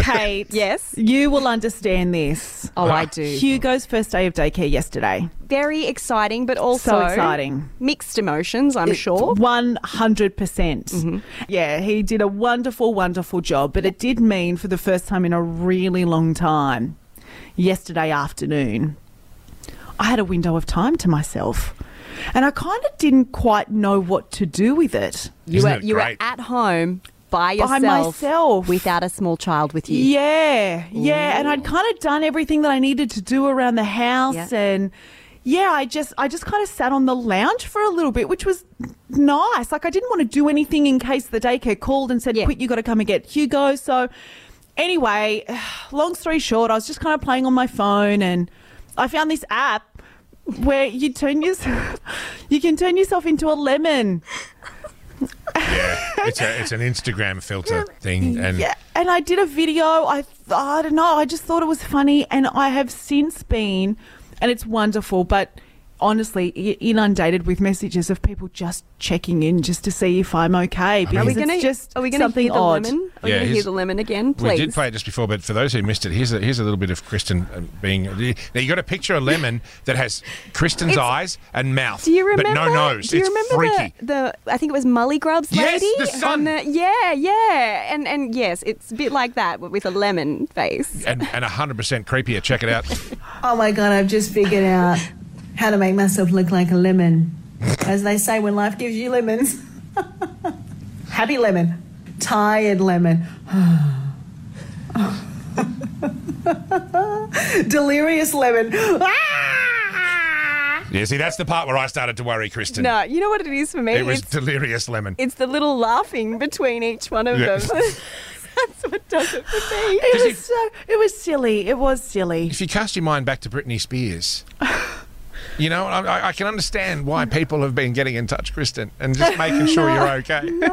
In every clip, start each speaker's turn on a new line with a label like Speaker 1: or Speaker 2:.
Speaker 1: Kate.
Speaker 2: Yes.
Speaker 1: You will understand this.
Speaker 2: Oh, I do.
Speaker 1: Hugo's first day of daycare yesterday.
Speaker 2: Very exciting, but also
Speaker 1: So exciting.
Speaker 2: Mixed emotions, I'm sure. Mm-hmm.
Speaker 1: 100%. percent Yeah, he did a wonderful, wonderful job, but it did mean for the first time in a really long time, yesterday afternoon, I had a window of time to myself. And I kind of didn't quite know what to do with it.
Speaker 2: You
Speaker 3: Isn't
Speaker 2: were
Speaker 3: it
Speaker 2: you were
Speaker 3: great?
Speaker 2: at home by yourself,
Speaker 1: myself.
Speaker 2: without a small child with you.
Speaker 1: Yeah, yeah, and I'd kind of done everything that I needed to do around the house,
Speaker 2: Yeah.
Speaker 1: and yeah, I just I just kind of sat on the lounge for a little bit, which was nice. Like I didn't want to do anything in case the daycare called and said,
Speaker 2: Yeah.
Speaker 1: "Quick, you got to come and get Hugo." So anyway, long story short, I was just kind of playing on my phone, and I found this app where you turn yourself you can turn yourself into a lemon.
Speaker 3: It's, a, it's an Instagram filter thing. And
Speaker 1: Yeah, and I did a video. I th- I don't know. I just thought it was funny, and I have since been, and it's wonderful. But honestly, i- inundated with messages of people just checking in just to see if I'm okay. Because
Speaker 3: Are we
Speaker 1: it's
Speaker 2: Gonna-
Speaker 1: just
Speaker 2: are we going to
Speaker 1: something
Speaker 2: hear the
Speaker 1: odd.
Speaker 2: lemon? Are we
Speaker 3: Yeah,
Speaker 2: going to hear
Speaker 3: here's-
Speaker 2: the lemon again, please?
Speaker 3: we did play it just before, but for those who missed it, here's a, here's a little bit of Kristen uh, being. Now you got to picture a lemon that has Kristen's
Speaker 2: It's-
Speaker 3: eyes and mouth,
Speaker 2: Do you remember?
Speaker 3: but no nose.
Speaker 2: Do you
Speaker 3: it's
Speaker 2: remember
Speaker 3: freaky.
Speaker 2: The, the? I think it was Mully Grub's
Speaker 3: Yes,
Speaker 2: lady.
Speaker 3: the sun.
Speaker 2: on yeah, yeah, and and yes, it's a bit like that, but with a lemon face.
Speaker 3: and and hundred percent creepier. Check it out.
Speaker 4: Oh my God, I've just figured out how to make myself look like a lemon. As they say, when life gives you lemons, happy lemon, tired lemon, delirious lemon. Oh,
Speaker 3: Yeah, see, that's the part where I started to worry, Kristen.
Speaker 2: No, you know what it is for me.
Speaker 3: it was
Speaker 2: it's,
Speaker 3: delirious lemon.
Speaker 2: it's the little laughing between each one of
Speaker 3: Yeah.
Speaker 2: them. That's what does it for me.
Speaker 1: It was so. It was silly. It was silly.
Speaker 3: if you cast your mind back to Britney Spears, you know, I- I, I can understand why people have been getting in touch, Kristen, and just making sure you're okay.
Speaker 2: No,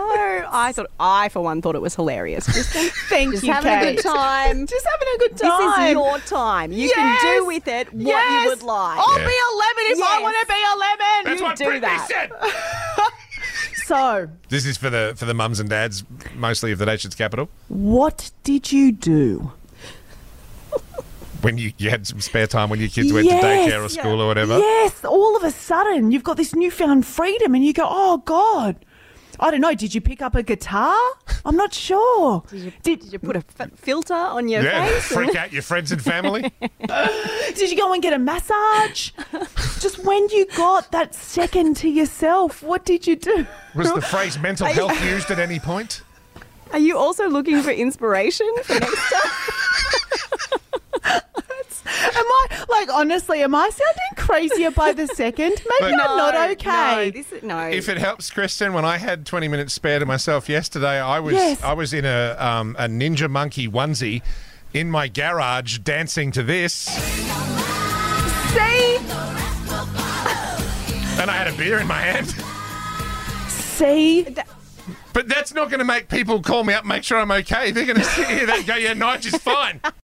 Speaker 2: I thought I for one thought it was hilarious. Kristen,
Speaker 1: Thank
Speaker 2: just
Speaker 1: you,
Speaker 2: having a
Speaker 1: Kate.
Speaker 2: good time.
Speaker 1: Just having a good
Speaker 2: This
Speaker 1: time.
Speaker 2: is your time. You can
Speaker 1: Yes.
Speaker 2: do with it what
Speaker 1: Yes.
Speaker 2: you would like.
Speaker 1: I'll
Speaker 3: Yeah.
Speaker 1: be a lemon if I
Speaker 2: Yes.
Speaker 1: want to be a lemon.
Speaker 3: That's
Speaker 2: you
Speaker 3: what
Speaker 2: do
Speaker 3: Britney
Speaker 2: that.
Speaker 3: said.
Speaker 1: So,
Speaker 3: This is for the for the mums and dads, mostly of the nation's capital.
Speaker 1: what did you do?
Speaker 3: When you, you had some spare time when your kids went
Speaker 1: Yes.
Speaker 3: to daycare or school or whatever.
Speaker 1: Yes, all of a sudden you've got this newfound freedom and you go, oh God, I don't know, did you pick up a guitar? I'm not sure. did,
Speaker 2: Did you put a f- filter on your
Speaker 3: Yeah,
Speaker 2: face?
Speaker 3: freak out your friends and family.
Speaker 1: did you go and get a massage? Just when you got that second to yourself, what did you do?
Speaker 3: Was the phrase mental health used at any point?
Speaker 2: Are you also looking for inspiration for next time?
Speaker 1: Am I, like, honestly, am I sounding crazier by the second? Maybe I'm
Speaker 3: No,
Speaker 1: not
Speaker 2: No,
Speaker 1: okay.
Speaker 2: this is, no.
Speaker 3: If it helps, Kristen, when I had 20 minutes spare to myself yesterday, I was
Speaker 1: Yes.
Speaker 3: I was in a um, a ninja monkey onesie in my garage dancing to this,
Speaker 2: See?
Speaker 3: and I had a beer in my hand.
Speaker 1: See?
Speaker 3: But that's not going to make people call me up, and make sure I'm okay. They're going to sit here and go, "Yeah, Nigel's fine."